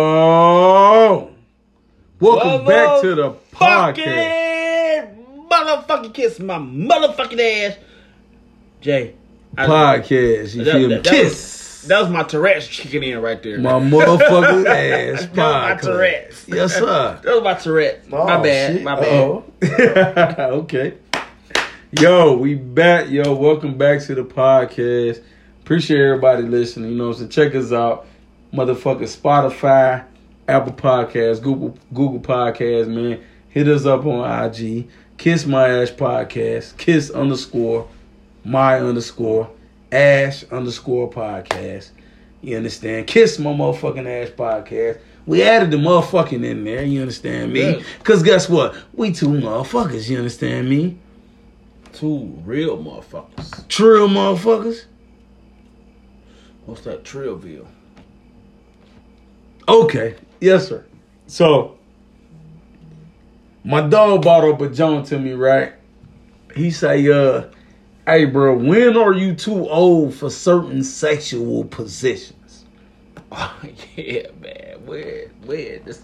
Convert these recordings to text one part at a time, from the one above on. Yo, welcome One back to the podcast. Fucking motherfucking kiss my motherfucking ass. Jay. I- Podcast, you That- feel me? that- that Kiss That was my Tourette's kicking in right there. my motherfucking ass that was my podcast. Tourette's. Yes, sir. That was my Tourette's. my Oh, bad. shit. My bad. Uh-oh. okay. Yo, we back. Yo, welcome back to the podcast. Appreciate everybody listening. You know what I'm saying? Check us out. Motherfucking Spotify, Apple Podcasts, Google Google Podcasts, man. Hit us up on IG. Kiss My Ash Podcast. Kiss underscore my underscore ash underscore podcast. You understand? Kiss my motherfucking ass podcast. We added the motherfucking in there. You understand me? Yeah. Cause guess what? We two motherfuckers. You understand me? Two real motherfuckers. Trill motherfuckers. What's that Trillville? Okay. Yes, sir. So my dog bought up a joint to me, right? He say, uh, hey bro, when are you too old for certain sexual positions? Oh, yeah, man. Where, where? This,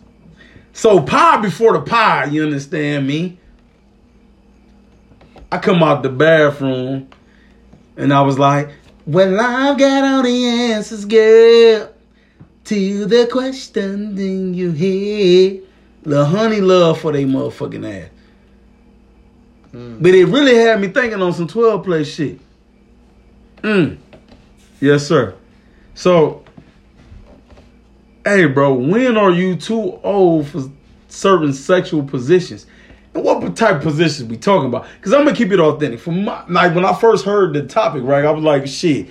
So pie before the pie, you understand me? I come out the bathroom and I was like, Well, I've got all the answers, girl, to the question then you hear. The honey love for they motherfucking ass. But it really had me thinking on some 12 play shit. Mm. Yes, sir. So hey bro, when are you too old for certain sexual positions? And what type of positions we talking about? Cause I'm gonna keep it authentic. From my like when I first heard the topic, right, I was like, shit,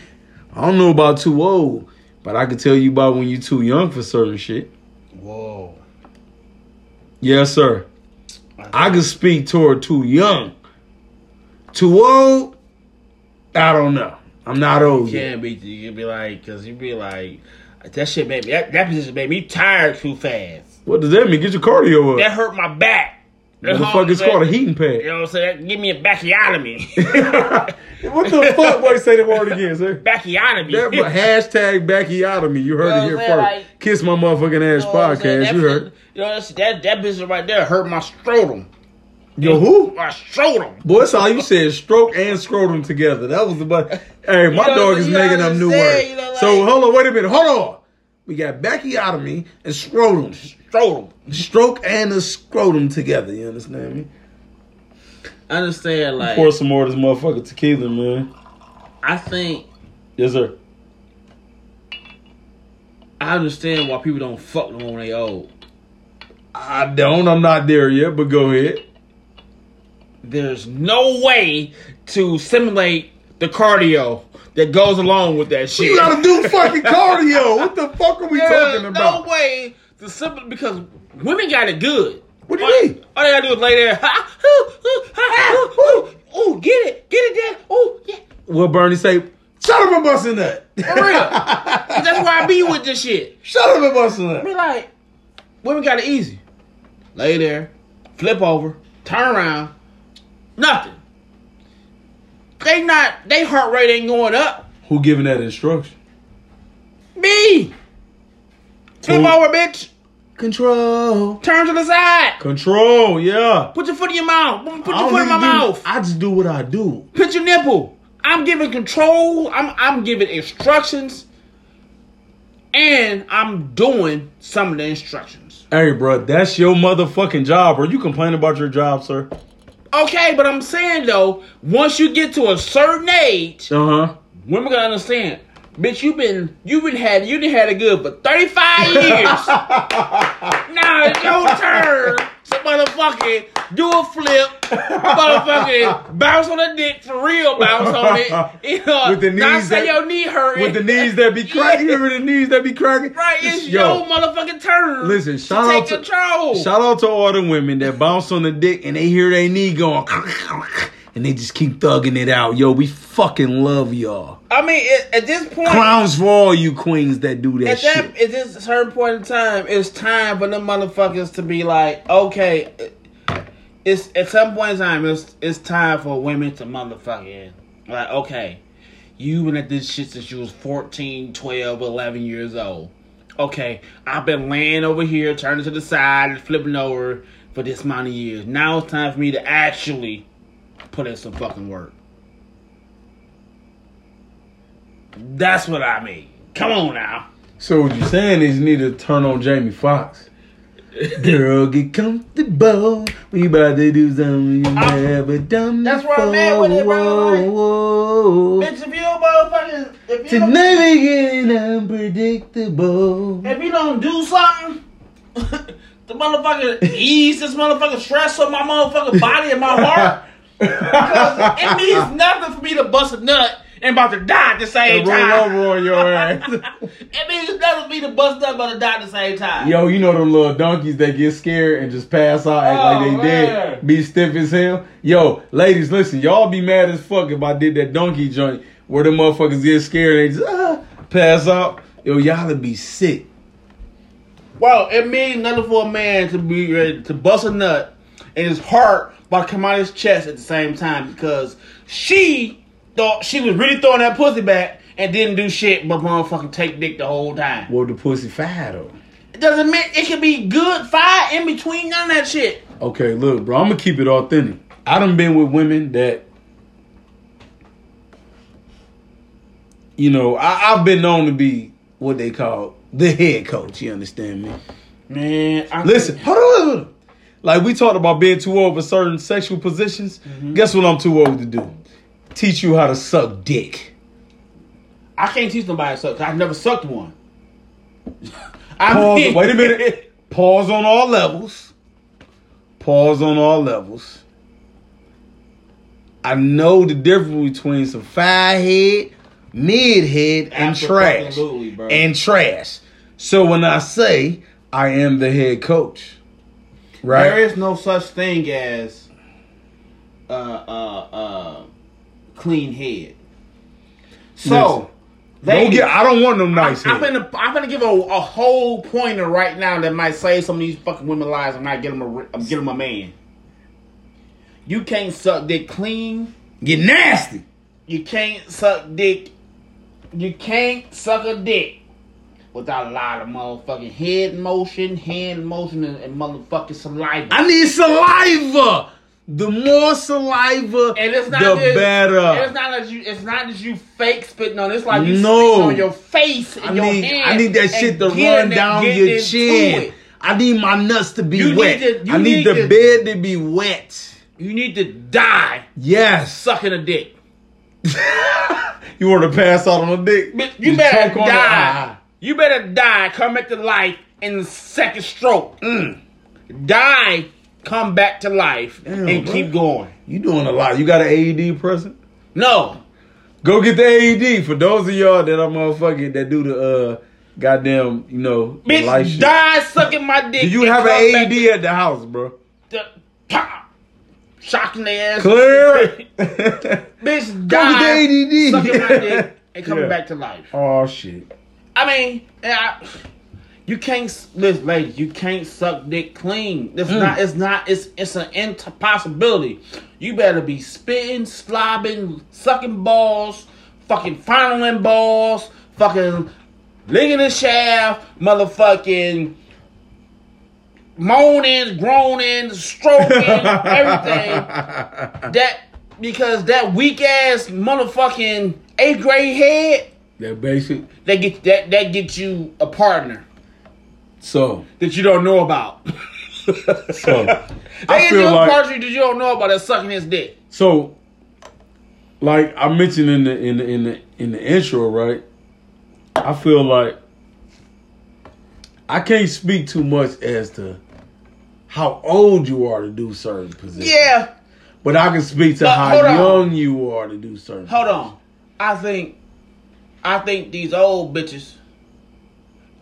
I don't know about too old, but I can tell you about when you too young for certain shit. whoa. Yes, sir. I can speak toward too young. Too old? I don't know. I'm not old yet. can't be. You can be like, because you be like, that shit made me, that, that position made me tired too fast. What does that mean? Get your cardio That up. hurt my back. What That's the all fuck I'm is saying. called a heating pad? You know what I'm saying? That Give me a backiotomy. what the fuck? Wait, say the word again, sir. backiotomy. That bu- hashtag backiotomy. You heard it here You know what I'm first. saying? Like- Kiss my motherfucking ass You know what I'm podcast. saying? That You shit- heard? You know that's- that that business right there hurt my scrotum. Yo, who? My scrotum. Boy, that's all you said. Stroke and scrotum together. That was the but. Hey, my know what dog I'm- is you know making what up I'm new words. saying? You know, like- so hold on, wait a minute, hold on. We got backiotomy and scrotum. Scrotum. Stroke and a scrotum together. You understand me? I understand. Like Pour some more of this motherfucking tequila, man. I think Yes, sir. I understand why people don't fuck them when they old. I don't. I'm not there yet, but go ahead. There's no way to simulate the cardio that goes along with that shit. You gotta do fucking cardio. What the fuck are we There's talking about? no way to simple because women got it good. What do All- you mean? All they gotta do is lay there. Ha, hoo, hoo, ha, ha, hoo, hoo. Ooh, get it, get it, Dad. Ooh, yeah. What Bernie say? Shut up and bust a nut. For real. That's where I be with this shit. Shut up and bust a nut. Be like, women got it easy. Lay there, flip over, turn around, nothing. They not, they heart rate ain't going up. Who giving that instruction? Me. Flip Who? over, bitch. Control. Turn to the side. Control. Yeah. Put your foot in your mouth. Put I your don't foot in even my do- mouth. I just do what I do. Put your nipple. I'm giving control. I'm I'm giving instructions, and I'm doing some of the instructions. Hey, bro, that's your motherfucking job, bro. You complain about your job, sir? Okay, but I'm saying though, once you get to a certain age, Uh huh. women gonna understand. Bitch, you've been you've been had you done had it good for 35 years. now it's your turn to motherfucking do a flip, motherfucking bounce on the dick for real, bounce on it. You know, With the not knees that- say your knee hurting. With the knees that be cracking, you remember the knees that be cracking? Right, it's Just- your motherfucking turn. Listen, shout to out take to- control. Shout out to all the women that bounce on the dick and they hear their knee going, and they just keep thugging it out. Yo, we fucking love y'all. I mean, at, at this point, Clowns for all you queens that do that at shit. that at this certain point in time, it's time for them motherfuckers to be like, okay, it's at some point in time, it's it's time for women to motherfucking like, okay, you been at this shit since you was 14, 12, 11 years old. okay, I've been laying over here, turning to the side, and flipping over for this amount of years. Now it's time for me to actually put in some fucking work. That's what I mean. Come on now. So what you're saying is you need to turn on Jamie Foxx. Girl, get comfortable. We about to do something you I- never done That's where before. I'm at with it, bro. Like- Whoa. Bitch, if you don't motherfucking, if you don't, Tonight we getting unpredictable. if you don't do something, the motherfucker ease this motherfucking stress on my motherfucking body and my heart. Because it means nothing for me to bust a nut and about to die at the same And roll time. over on your ass. it means nothing for me to bust up about to die at the same time. Yo, you know them little donkeys that get scared and just pass out, act like they Oh, dead, man. be stiff as hell. Yo, ladies, listen, y'all be mad as fuck if I did that donkey joint where the motherfuckers get scared and they just ah, pass out. Yo, y'all would be sick. Well, it means nothing for a man to be ready to bust a nut and his heart about to come out of his chest at the same time because she thought she was really throwing that pussy back and didn't do shit but motherfucking take dick the whole time. Well, the pussy fat though. It doesn't mean it can be good fire in between none of that shit. Okay, look, bro, I'm gonna keep it authentic. I done been with women that, you know, I, I've been known to be what they call the head coach. You understand me? Man, I Listen, hold on, hold on. Like we talked about being too old for certain sexual positions. Mm-hmm. Guess what? I'm too old to do. Teach you how to suck dick. I can't teach nobody to suck. 'cause I've never sucked one. I Pause. mean- wait a minute. Pause on all levels. Pause on all levels. I know the difference between some fire head, mid head, and trash. Absolutely, bro. And trash. So when I say I am the head coach, right? There is no such thing as uh uh uh clean head. So Don't ladies, get. I don't want them nice. I'm head. gonna I'm gonna give a, a whole pointer right now that might save some of these fucking women lives and might get them a re- get them a man. You can't suck dick clean. Get nasty. You can't suck dick. You can't suck a dick without a lot of motherfucking head motion, hand motion, and, and motherfucking saliva. I need saliva. The more saliva, And it's not the that- and better. It's not that you. It's not that you fake spitting on. it. It's like you No. spitting on your face and I your need, hand. I need that and shit to getting run it- down getting your into chin. it. I need my nuts to be You need wet. to- you I need, need the to- bed to be wet. You need to die Yes. sucking a dick. You want to pass out on a dick? Bitch, You, Just better choke on it. die. Ah. You better die. Come back to life in the second stroke. Mm. Die. Come back to life Damn, and bro. keep going. You doing a lot. You got an AED present? No. Go get the AED for those of y'all that are motherfucking that do the uh goddamn you know the Bitch, life shit. die sucking my dick. Do you and have an come back AED at the house, bro? to- Pah! Shocking their ass. Clear. Bitch Go died, get the ADD. sucking my dick, and coming Yeah. back to life. oh shit. I mean, and I, you can't s- listen, ladies. You can't suck dick clean. It's Mm. not. It's not. It's it's an impossibility. You better be spitting, slobbing, sucking balls, fucking funneling balls, fucking licking the shaft, motherfucking. Moaning, groaning, stroking, everything that because that weak ass motherfucking eighth grade head That basic. that get that that gets you a partner So that you don't know about. so I I get you feel a like partner that you don't know about that's sucking his dick. so like I mentioned in the in the in the in the intro, right? I feel like I can't speak too much as to how old you are to do certain positions. Yeah, But I can speak to But how hold on. young you are to do certain. hold on. I think, I think these old bitches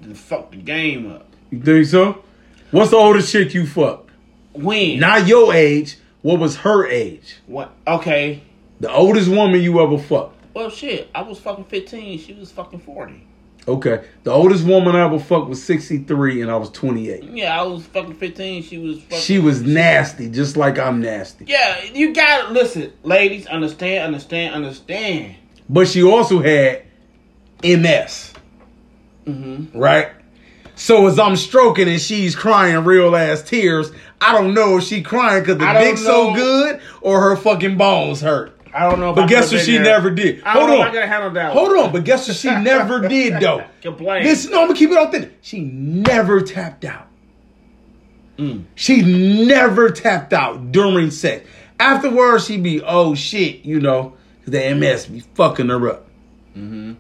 done fucked the game up. You think so? What's the oldest chick you fucked? When? Not your age. What was her age? what? Okay. The oldest woman you ever fucked. Well, shit. I was fucking fifteen. She was fucking forty. Okay. The oldest woman I ever fucked was 63 and I was 28. Yeah, I was fucking fifteen. She was. Fucking She was nasty, just like I'm nasty. Yeah, you gotta listen, ladies. Understand, understand, understand. But she also had MS, Mm-hmm. right? So as I'm stroking and she's crying real ass tears, I don't know if she crying because the I don't dick's so know. good or her fucking bones hurt. I don't know. If But I guess could've what been she there. never did. I don't Hold know if I on. could have handled that. Hold one. on, but guess what she never did though. Complain. This no, I'm gonna keep it authentic. She never tapped out. Mm. She never tapped out during sex. Afterwards, she be oh shit, you know, because the MS be fucking her up. Mm-hmm.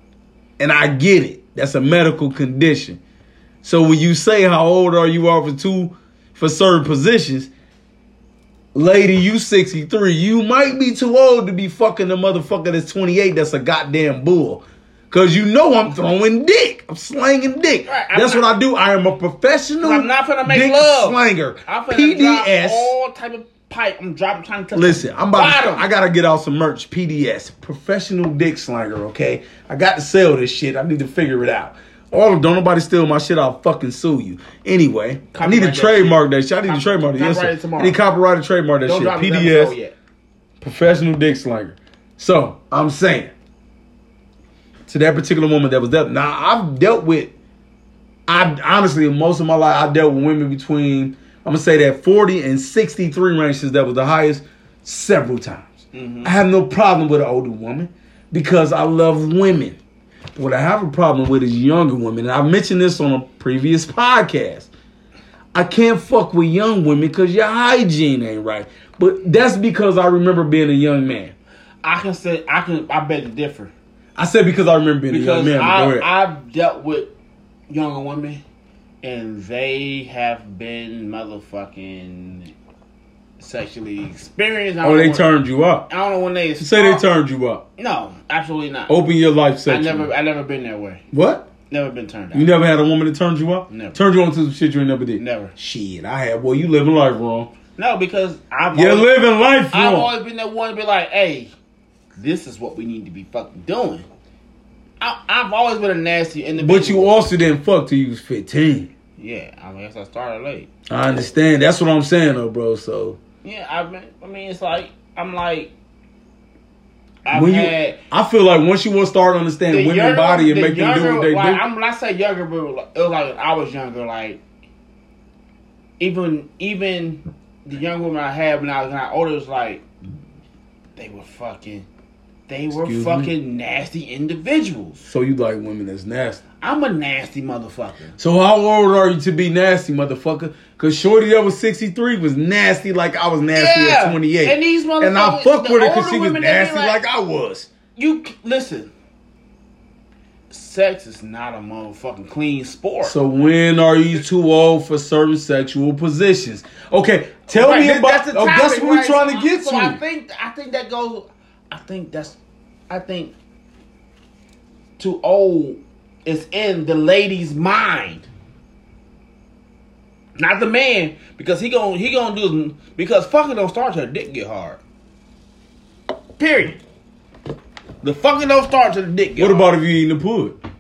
And I get it. That's a medical condition. So when you say how old are you are for two for certain positions, lady, you 63. You might be too old to be fucking a motherfucker that's 28 that's a goddamn bull. Cause you know I'm throwing dick. I'm slanging dick. Right, I'm that's not- what I do. I am a professional I'm not finna make dick love. slanger. I'm finna drop PDS. all type of pipe. I'm dropping trying to touch Listen, the I'm about to, bottom. I gotta get out some merch. PDS, professional dick slanger. Okay, I got to sell this shit. I need to figure it out. All don't nobody steal my shit. I'll fucking sue you. Anyway, I need to Copyright that trademark that shit. I need Cop- to trademark it. Yes, copyright it sir. tomorrow. I need copyright to trademark that Don't shit. drop this episode PDS, yet. professional dick slanger. So I'm saying to that particular woman that was dealt. Now I've dealt with. I honestly, most of my life, I dealt with women between I'm gonna say that 40 and 63 range since that was the highest several times. I have no problem with an older woman because I love women. What I have a problem with is younger women, and I mentioned this on a previous podcast. I can't fuck with young women because your hygiene ain't right. But that's because I remember being a young man. I can say I can. I beg to differ I said because I remember being because a young man. but go I ahead. I've dealt with younger women, and they have been motherfucking sexually experienced. I oh, don't they know- turned you up. I don't know when they Say they start. turned you up. No, absolutely not. Open your life I section. never, I never been that way. what? Never been turned down. You never had a woman that turned you up? Never. Turned you on to some shit you ain't never did? Never. Shit, I had. Boy, you living life wrong. No, because I'm. You're always- living life I've wrong. always been that one to be like, hey, this is what we need to be fucking doing. I, I've always been a nasty individual. But you also didn't fuck till you was 15. Yeah, I guess I started late. I understand. That's what I'm saying, though, bro. So, Yeah, I mean, I mean, it's like I'm like, I've when had you, I feel like once you want to start understanding women's younger- body and the make them do younger- what they like, do, I'm not saying younger, but like- it was like when I was younger. Like even even the young women I had when I was when I was older was like they were fucking, they were Excuse me? fucking nasty individuals. so you like women that's nasty. I'm a nasty motherfucker. So how old are you to be nasty, motherfucker? Cause Shorty that was 63 was nasty like I was nasty at 28. and these motherfuckers, And I fucked the with her because older she was women, they be nasty like, I was. You c- listen. Sex is not a motherfucking clean sport. So when are you too old for certain sexual positions? Okay, tell Right, me that- about. that's the oh, that's topic, what we're right? trying to get so to. I think I think that goes. I think that's. I think too old is in the lady's mind, not the man, because he gon' he gonna do because fucking don't start till the dick get hard. Period. The fucking don't start till the dick get what hard. about if you eating the pud?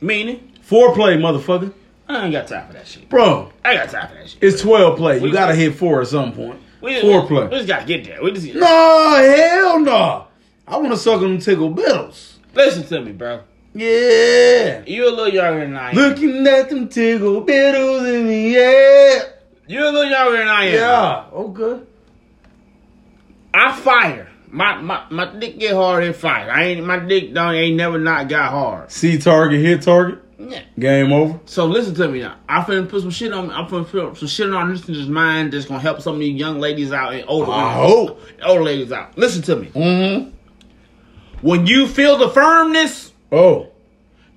meaning? Foreplay, motherfucker, I ain't got time for that shit. bro. I got time for that shit. It's 12 play. You We- gotta hit four at some point. We, Foreplay. We, we just gotta get there. We just no, hell no. I want to suck on them tickle biddles. listen to me, bro. Yeah. You're a little younger than I am. Looking at them tickle biddles in the air. You're a little younger than I am. Yeah. Oh, Okay. I fire. My my my dick get hard and fire. I ain't my dick don't ain't never not got hard. See target, hit target. Yeah. Game over. So listen to me now. I finna put some shit on. I'm finna put some shit on our listeners' mind that's gonna help some of these young ladies out and older. I women- hope. older ladies out. Listen to me. Mm-hmm. When you feel the firmness, Oh.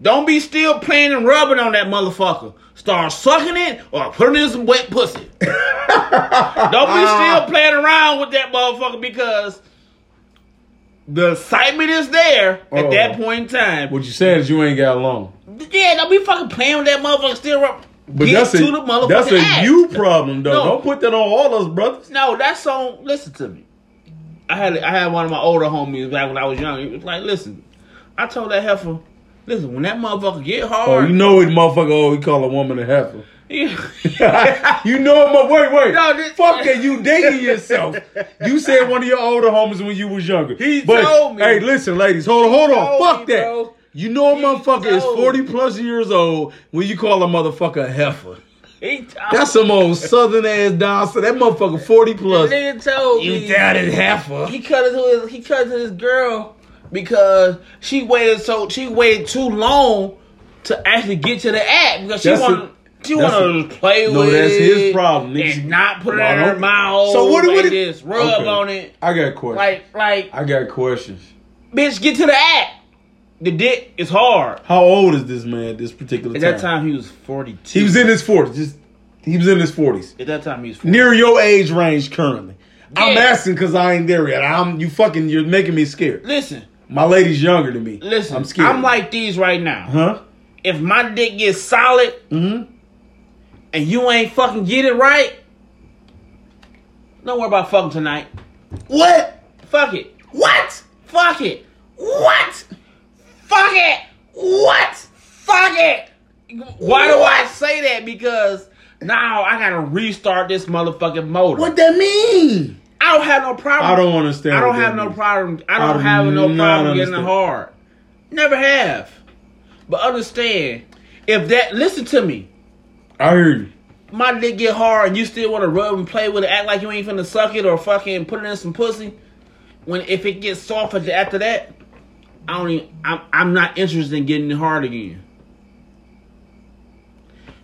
don't be still playing and rubbing on that motherfucker. Start sucking it or putting in some wet pussy. Don't be still playing around with that motherfucker because the excitement is there at that Uh-oh. point in time. What you saying is you ain't got long. yeah, don't be fucking playing with that motherfucker still up. But Get that's to a, the motherfucking That's a ass. you problem, though. No. Don't put that on all us brothers. No, that song. Listen to me. I had I had one of my older homies back when I was young. He was like, "Listen, I told that heifer, listen, when that motherfucker get Oh, hard, you know it, motherfucker. Oh, he call a woman a heifer. yeah." you know, my wait, wait. No, this- Fuck that. You dating yourself. You said one of your older homies when you was younger. He told me. Hey, listen, ladies. Hold on, hold He on. told Fuck me, that. bro. You know a He's motherfucker is old. 40 plus years old when you call a motherfucker a heifer. He told That's some old southern ass Don. So that motherfucker 40 plus. nigga told You me that is heifer. he cut it to his he cut it to his girl because she waited so she waited too long to actually get to the act because she That's a- wanted she that's wanted to play No, with that's his it problem. Niggas- and not put it Well, in I her don't- mouth. So what- what like it- this? Rub Okay. on it, I got questions. like like I got questions. bitch, get to the act. The dick is hard. How old is this man at this particular At time? that time, he was forty two. He was in his 40s. Just he was in his 40s. At that time, he was 42. Near your age range currently. I'm Yeah. asking because I ain't there yet. I'm you fucking you're making me scared. Listen, My lady's younger than me. listen. I'm scared. I'm like these right now. huh? If my dick gets solid Mm-hmm. and you ain't fucking get it right, don't worry about fucking tonight. What? Fuck it. What? Fuck it. What? Fuck it. What? Fuck it. Why do I say that? Because now I gotta restart this motherfucking motor. What that mean? I don't have no problem. I don't understand. I don't what that have no means. problem. I I don't do have no not problem getting understand. it hard. Never have. But understand, if that listen to me, I hear you. my dick get hard and you still want to rub and play with it, act like you ain't finna suck it or fucking put it in some pussy. When if it gets soft at- after that, I don't. Even, I'm I'm not interested in getting it hard again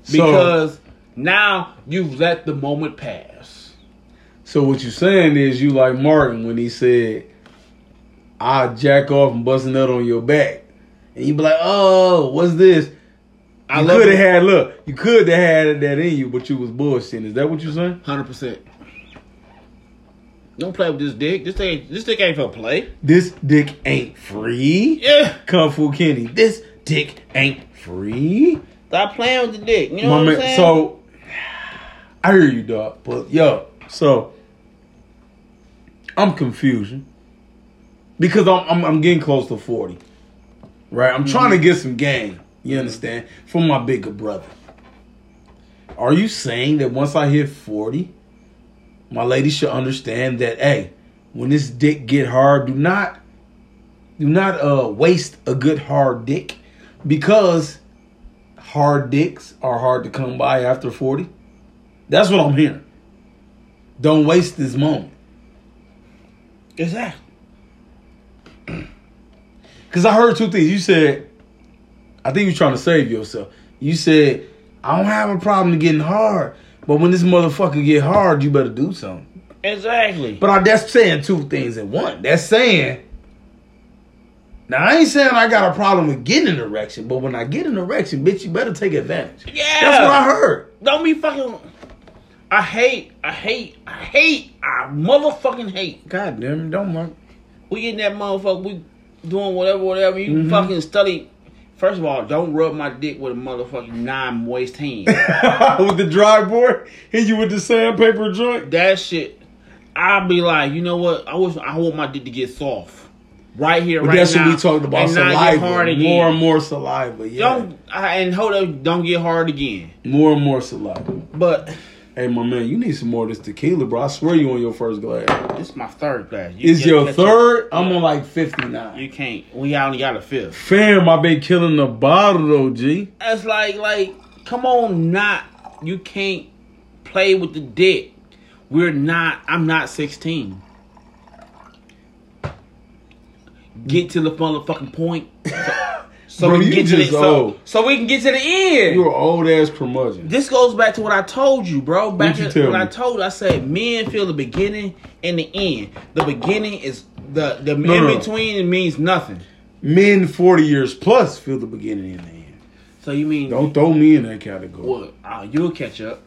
so, because now you've let the moment pass. so what you saying is you like Martin when he said, "I jack off and bust a nut on your back," and you be like, "Oh, what's this?" I you love could have it. had look. You could have had that in you, but you was bullshitting. Is that what you saying? Hundred percent. Don't play with this dick. This ain't this dick ain't for play. This dick ain't free. Yeah. Kung Fu Kenny. This dick ain't free. Stop playing with the dick. You know My what man- I'm saying? so I hear you, dog. But yo, so I'm confused because I'm I'm, I'm getting close to forty, right? I'm trying to Mm-hmm. get some game. You understand? From my bigger brother. Are you saying that once I hit forty, my lady should understand that? Hey, when this dick get hard, do not do not uh waste a good hard dick because hard dicks are hard to come by after 40. That's what I'm hearing. Don't waste this moment. exactly. Because I heard two things. You said, I think you're trying to save yourself. You said, I don't have a problem getting hard, but when this motherfucker get hard, you better do something. Exactly. But I, that's saying two things at one. That's saying. Now I ain't saying I got a problem with getting an erection, but when I get an erection, bitch, you better take advantage. Yeah. that's what I heard. Don't be fucking. I hate. I hate. I hate. I motherfucking hate. God damn, it, don't work. We in that motherfucker. We doing whatever, whatever. You Mm-hmm. fucking study. First of all, don't rub my dick with a motherfucking non moist hand. with the dry board, hit you with the sandpaper joint. that shit. I'll be like, you know what? I wish I want my dick to get soft. Right here, But right that's now. what we talked about. and not get hard Saliva, again. more and more saliva. Yeah, Don't I, and hold up. Don't get hard again. more and more saliva. But Hey, my man, you need some more of this tequila, bro. I swear you on your first glass. this is my third glass. You It's can't your catch third. I'm Yeah. on like 59. You can't. We only got a fifth. Fam, I've been killing the bottle though, G. That's like like come on not you can't play with the dick. We're not I'm not 16. Get to the motherfucking point. So Bro, we you can get to the just so, old. so we can get to the end. You're an old ass curmudgeon. this goes back to what I told you, bro. Back you to tell when I me? told I said men feel the beginning and the end. The beginning is the the No, no, no. in between means nothing. Men 40 years plus feel the beginning and the end. So you mean Don't throw me in that category. what? Oh, you'll catch up.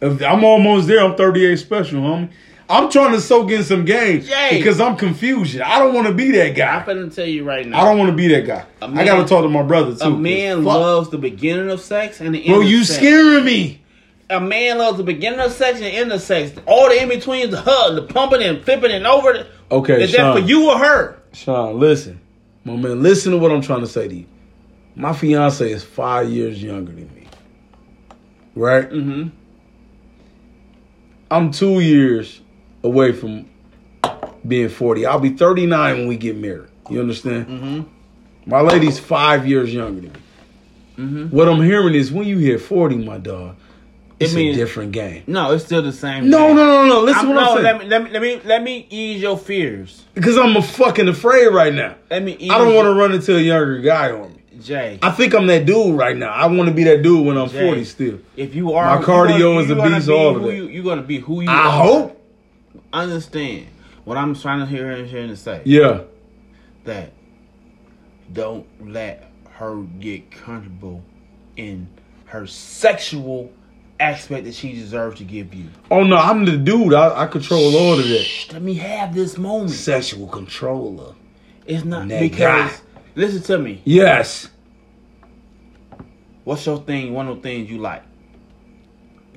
If- I'm almost there. I'm 38 special, homie. I'm trying to soak in some games Jay. because I'm confusion. I don't want to be that guy. I'm finna tell you right now. I don't want to be that guy. A I man- gotta talk to my brother too. A man 'cause fuck. loves the beginning of sex and the end Bro, of you sex. scaring me. A man loves the beginning of sex and the end of sex. All the in between, the hug, the pumping and flipping and over. the- Okay, Is Sean. that for you or her? Sean, listen, my man. Listen to what I'm trying to say to you. My fiance is five years younger than me. Right? Mm-hmm. I'm two years away from being 40. I'll be 39 when we get married. You understand? Mhm. My lady's five years younger than me. Mm-hmm. What I'm hearing is when you hit 40, my dog, it's means- a different game. No, it's still the same. No, thing. no, no, no. Listen I'm, what no, I'm saying. let me, let me let me let me ease your fears. Because I'm a fucking afraid right now. Let me. Ease I don't want to run into a younger guy on me. to, Jay. I think I'm that dude right now. I want to be that dude when I'm Jay. 40 still. if you are My cardio you gonna- is a you gonna beast, be all of who that. You, you're gonna be who you. I are. hope. Understand what I'm trying to hear and hearing to say. Yeah. That don't let her get comfortable in her sexual aspect that she deserves to give you. Oh, no, I'm the dude. I, I control all of that. Shh, let me have this moment. Sexual controller. It's not Nigga. because. Listen to me. Yes. What's your thing? One of the things you like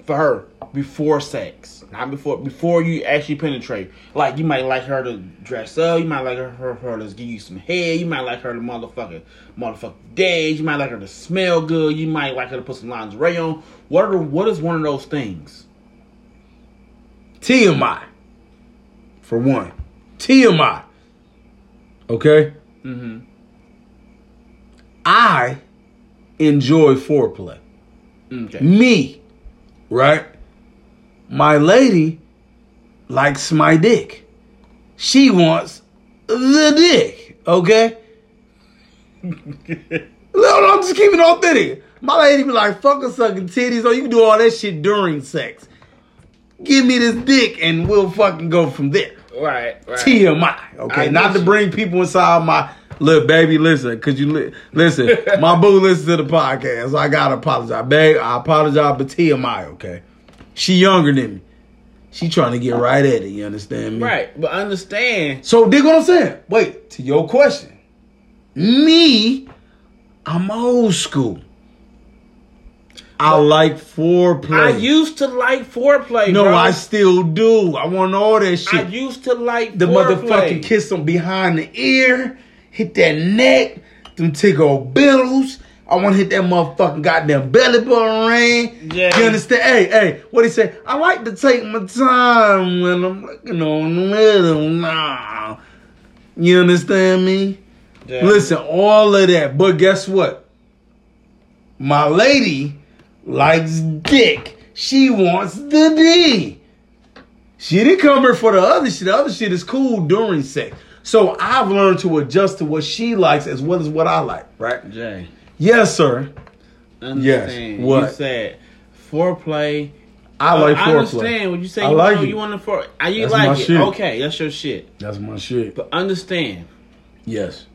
for her before sex, not before before you actually penetrate. Like you might like her to dress up. You might like her her, her to give you some head. You might like her to motherfucker motherfucking dance. You might like her to smell good. You might like her to put some lingerie on. What are what is one of those things? TMI. For one. TMI. Okay? Mm-hmm. I enjoy foreplay. Mm. Okay. Me. Right? My lady likes my dick. She wants the dick. Okay? No, no, I'm just keeping it authentic. My lady be like, fuck her sucking titties, or you can do all that shit during sex. Give me this dick and we'll fucking go from there. right. Right. TMI. Okay, I not get to you. bring people inside my look, baby. Listen, cause you li- listen. my boo listens to the podcast. so I gotta apologize, babe. I apologize, but TMI. Okay, she younger than me. She trying to get right at it. You understand me? Right. But understand. So dig what I'm saying. Wait to your question. Me, I'm old school. I like I foreplay. used to like foreplay. no, bro. I still do. I want all that shit I used to like the foreplay. motherfucking kiss them behind the ear, hit that neck, them tickle bills. I want to hit that motherfucking goddamn belly button ring. Yeah. You understand? Hey, hey, what he say? I like to take my time when I'm looking on little now. You understand me? Yeah. Listen, all of that. But guess what? My lady likes dick. She wants the D. She didn't come here for the other shit. The other shit is cool during sex. So I've learned to adjust to what she likes as well as what I like, right? Jay. Yes, sir. Understand. Yes. What? You said foreplay. I like Uh, I foreplay. understand what you say. I you like want, it. You want the fore? Are you That's like my it? shit. Okay, that's your shit. That's my shit. But understand, Yes.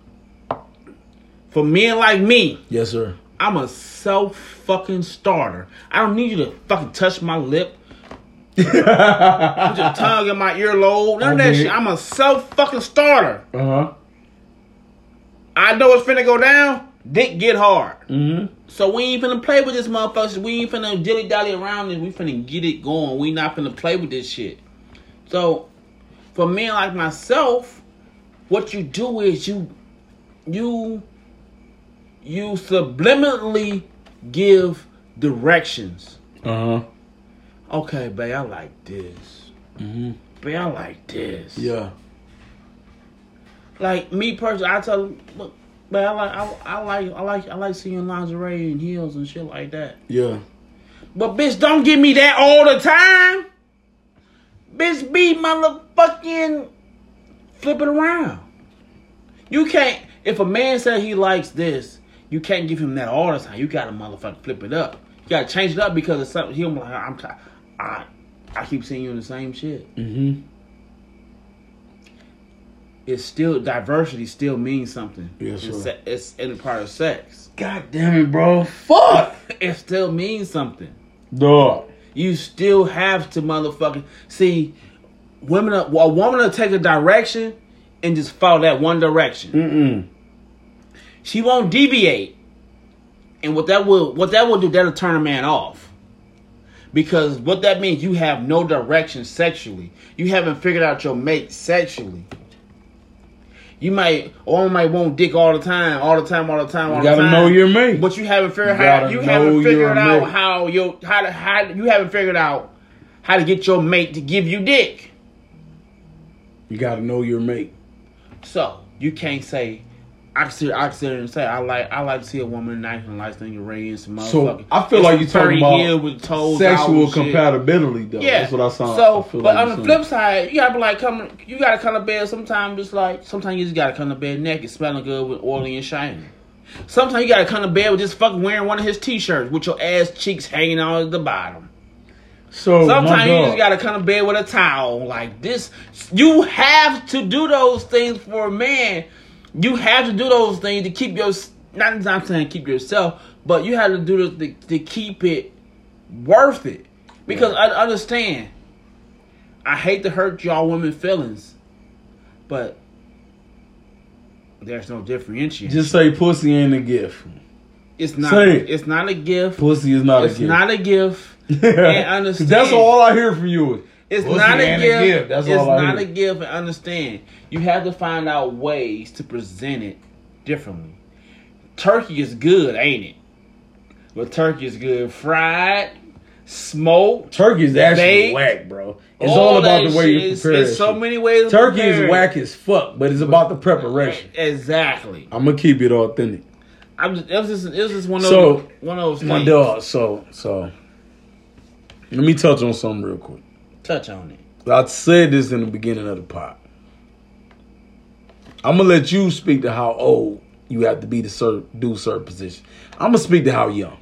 for men like me, Yes, sir. I'm a self fucking starter. I don't need you to fucking touch my lip. Put Uh-huh. your tongue in my earlobe. None of Uh-uh. I that dig it. shit. I'm a self fucking starter. Uh huh. I know it's finna go down. Dick get hard. Mm hmm. So we ain't finna play with this motherfucker. We ain't finna dilly dally around and we finna get it going. We not finna play with this shit. So for men like myself, what you do is you you you subliminally give directions. Uh huh. Okay, babe, I like this. Mm-hmm. Babe, I like this. Yeah. Like me personally, I tell them, look, babe, I like I, I like I like I like seeing lingerie and heels and shit like that. Yeah. But bitch, don't give me that all the time. Bitch, be motherfucking flip it around. You can't. If a man says he likes this, you can't give him that all the time. You gotta motherfucking flip it up. You gotta change it up because it's something. He'll be like, I'm tired. I, I keep seeing you in the same shit. Mm It's still diversity. Still means something. Yes, It's sir. se- It's in part of sex. God damn it, bro. Fuck. It still means something. Dog. you still have to motherfucking see women are- well, a woman will take a direction and just follow that one direction Mm-mm. she won't deviate and what that will what that will do that'll turn a man off because what that means you have no direction sexually you haven't figured out your mate sexually you might a woman might want dick all the time all the time all the time all You the gotta time know your mate. but you haven't figured You out gotta you know haven't your figured out mate. how your how to how you haven't figured out how to get your mate to give you dick. You gotta know your mate. So you can't say, I can see, I can see and say I like, I like to see a woman nice and nice and Iranian, some So motherfucker. I feel like you're talking about with toes out sexual and shit. compatibility, though. Yeah, That's what I saw. So, I feel but like on the you're flip side, you gotta be like, come, you gotta come to bed. Sometimes it's like, sometimes you just gotta come to bed naked, smelling good, with oily and shiny. Sometimes you gotta come to bed with just fucking wearing one of his t-shirts with your ass cheeks hanging out at the bottom. saying. so Oh, my Sometimes you God. just gotta come to bed with a towel. Like this, you have to do those things for a man. You have to do those things to keep your. Not I'm saying keep yourself, but you have to do this to, to keep it worth it. Because I understand. I hate to hurt y'all women feelings, but there's no differentiation. just say pussy ain't a gift. it's not. say it. It's not a gift. Pussy is not It's a gift. not a gift. and understand. That's all I hear from you. Is, It's Pussy not a ain't gift. That's it's all I not hear. a gift. And understand, you have to find out ways to present it differently. Turkey is good, ain't it? But turkey is good fried, smoked. Turkey is actually Baked. whack, bro. It's all, about that the way shit. you It's- prepare It's it. so many ways. to Turkey is prepare it. whack as fuck, but it's about the preparation. Exactly. I'm gonna keep it authentic. I'm just, it was just, it was just one of So, those, one of those. My things. dog. So so. Let me touch on something real quick. Touch on it. I said this in the beginning of the pod. I'm gonna let you speak to how old you have to be to serve, do certain positions. I'm gonna speak to how young.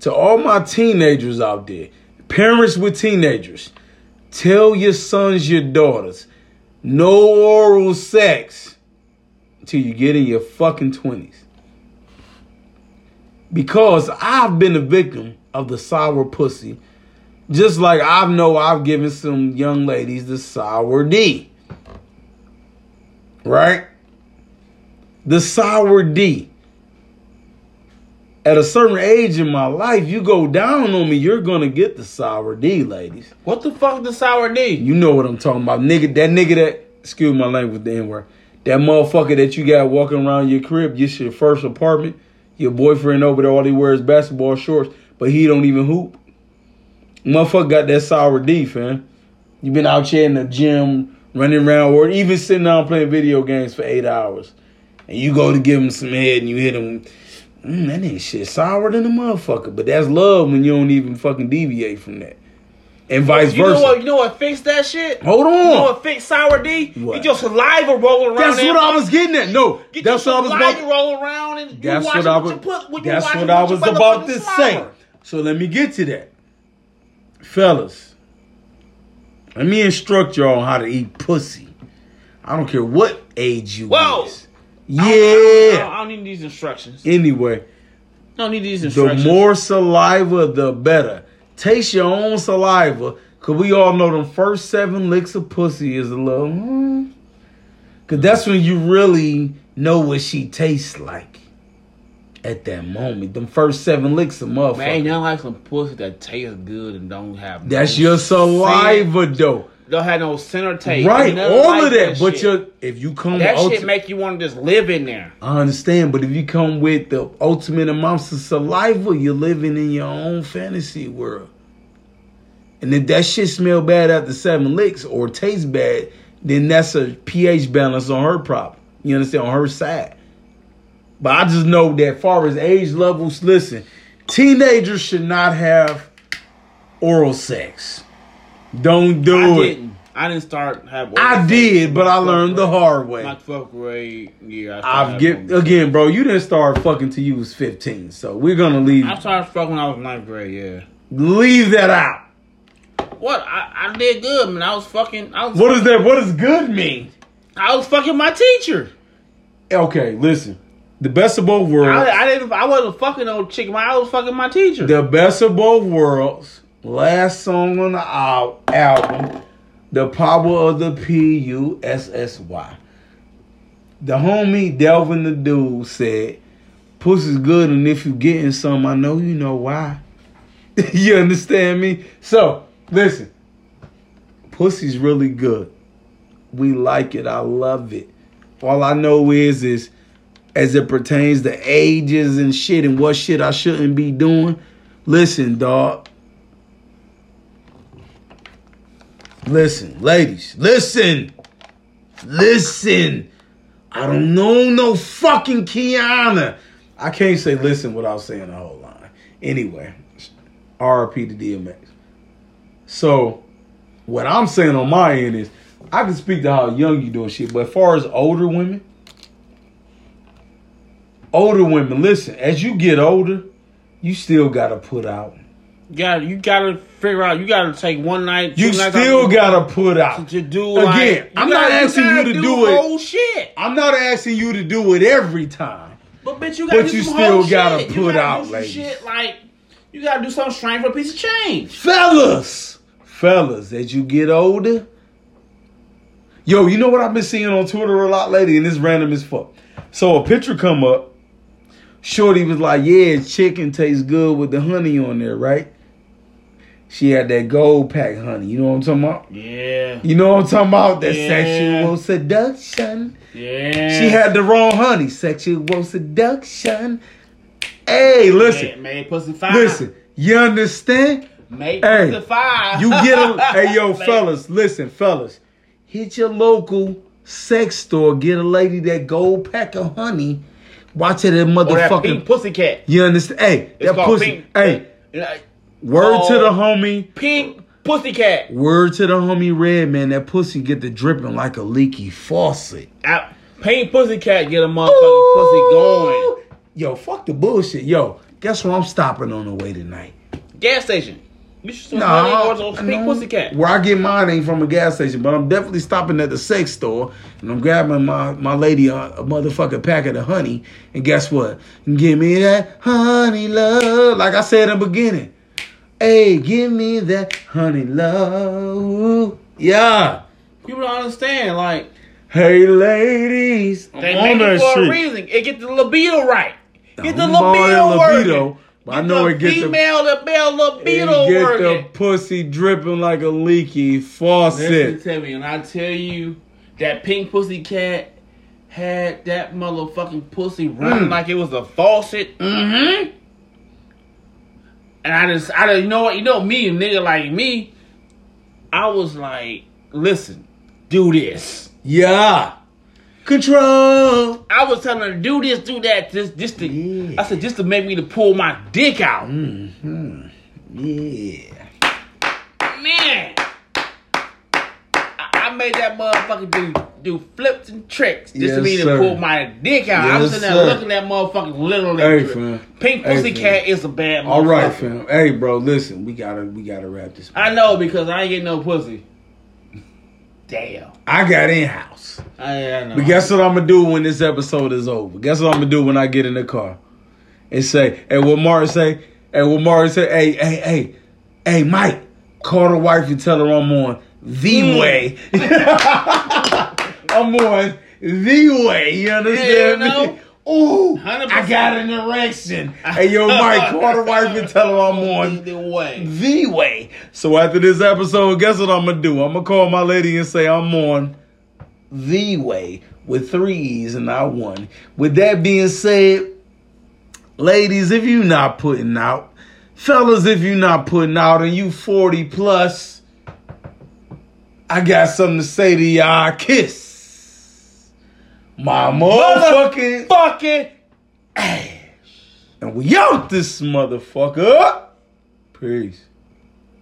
To all my teenagers out there, parents with teenagers, tell your sons, your daughters, no oral sex until you get in your fucking twenties. Because I've been a victim of the sour pussy just like I know I've given some young ladies the sour D. Right? The sour D. At a certain age in my life, you go down on me, you're gonna get the sour D, ladies. What the fuck does sour need? You know what I'm talking about. Nigga, that nigga that excuse my language the N-word. That motherfucker that you got walking around your crib, this your first apartment, your boyfriend over there, all he wears basketball shorts, but he don't even hoop. Motherfucker got that sour D, fam. You been out here in the gym, running around, or even sitting down playing video games for eight hours. And you go to give him some head and you hit him. Mm, that nigga shit sour than a motherfucker. But that's love when you don't even fucking deviate from that. And vice You versa. know what? You know what fixed that shit? Hold on. You know what fixed sour D? What? Get your saliva rolling around. That's that what I was getting at. No, Get that's your what I was saliva about. roll around and you That's watch what I you was. put- what you That's watch what with I your was about motherfucking to say. saliva. So let me get to that, fellas. Let me instruct y'all on how to eat pussy. I don't care what age you Whoa. is. I don't- I don't, Yeah. I don't need these instructions. I Anyway, don't need these the instructions. more saliva, the better. Taste your own saliva, cause we all know them first seven licks of pussy is a little. mm. Cause that's when you really know what she tastes like. At that moment, them first seven licks of motherfucker. Man, y'all like some pussy that tastes good and don't have that's no your saliva, though. scent- Don't have no center taste. right, Nothing all like of that. But shit. your if you come that with ulti- shit make you want to just live in there. I understand, but if you come with the ultimate amounts of saliva, you're living in your own fantasy world. And if that shit smell bad after seven licks or taste bad, then that's a pH balance on her problem. You understand on her side. But I just know that far as age levels, listen, teenagers should not have oral sex. Don't do I it. didn't. I didn't start have. I did, but I learned the hard way. My twelfth grade year, I started I've get having- again, bro. You didn't start fucking till you was fifteen, so we're gonna leave I started fucking when I was in ninth grade. Yeah. leave that out. What? I, I did good, man. I was fucking. I was. What is that? What does good mean? I was fucking my teacher. Okay, listen. The best of both worlds. I, I didn't. I wasn't fucking no chick. man. I was fucking my teacher. the best of both worlds. Last song on the al- album, "The Power of the P U S S Y." The homie Delvin the dude said, "Pussy's good, and if you getting some, I know you know why." you understand me? So listen, pussy's really good. We like it. I love it. All I know is is as it pertains to ages and shit and what shit I shouldn't be doing. Listen, dog. Listen, ladies. Listen. Listen. I don't know no fucking Kiana. I can't say listen without saying the whole line. Anyway, RP to DMX. So, what I'm saying on my end is, I can speak to how young you doing shit, but as far as older women, older women, listen, as you get older, you still gotta put out. Got you gotta figure out. You gotta take one night. You two nights still out gotta put out. to do Again, like, you I'm not gotta- asking you gotta to do it. Whole shit. I'm not asking you to do it every time. But bitch, you gotta But do you some still whole gotta shit. put you gotta out, do some ladies. shit like you gotta do something strange for a piece of change. fellas, fellas, as you get older, yo, you know what I've been seeing on Twitter a lot lately, and it's random as fuck. So a picture come up, Shorty was like, "Yeah, chicken tastes good with the honey on there, right?" She had that gold pack honey. You know what I'm talking about? Yeah, You know what I'm talking about? That Yeah. sexual seduction. yeah. She had the wrong honey. Sexual seduction. Hey, listen, made, made pussy five. listen. You understand? made Hey, pussy five. You get a hey yo Made- fellas, listen fellas, hit your local sex store, get a lady that gold pack of honey, watch it that Or that motherfucking. pink pussy cat. you understand? Hey, It's that called pussy. Pink, hey, Like, word to Oh. the homie. pink pussy cat. Word to the homie Red man. That pussy get the dripping like a leaky faucet. I, pink pussy cat get a motherfucking pussy going. Yo, fuck the bullshit. Yo, guess where I'm stopping on the way tonight. Gas station. You should No, nah, go to pink no. pussy cat. Where I get mine ain't from a gas station, but I'm definitely stopping at the sex store and I'm grabbing my, my lady a, a motherfucking packet of honey. And guess what? Give me that honey love. Like I said in the beginning. Hey, give me that honey love. Yeah. People don't understand. Like Hey, ladies. I'm they on make it that for a shit. reason. It get the libido right. Get the I'm on libido that working. but I know the it gets the, female the male libido it get the working. pussy dripping like a leaky Listen faucet. to me, and I tell you that pink pussy cat had that motherfucking pussy running Mm. like it was a faucet. Mm-hmm. And I just, I didn't you know what, you know me, a nigga like me. I was like, listen, do this. Yeah. Control. I was telling her do this, do that, just, just to, Yeah. I said just to make me to pull my dick out. Mm-hmm. Yeah. Man, I, I made that motherfucker do do flips and tricks just Yes, to me to sir. pull my dick out. I was Yes, sitting there sir. looking at motherfucking literally. Hey, fam. Pink Hey, pussy cat is a bad. All right, motherfucker. fam. Hey, bro, listen, we gotta we gotta wrap this. I know because I ain't getting no pussy. Damn. I got in house. I, I know. But guess what I'm gonna do when this episode is over? Guess what I'm gonna do when I get in the car and say, "Hey, what Mari say? Hey, what Mari say? Hey, hey, hey, hey, Mike, call the wife and tell her I'm on the Mm. way. I'm on the way. You understand Yeah, you me? Ooh, 100%. I got an erection. Hey, yo, Mike, call the wife and tell her I'm on Either way. the way. So after this episode, guess what I'm gonna do? I'm gonna call my lady and say I'm on the way with three E's and not one. With that being said, ladies, if you not putting out, fellas, if you not putting out, and you 40 plus, I got something to say to y'all. Kiss my motherfucking Fucking. and we out this motherfucker. Peace.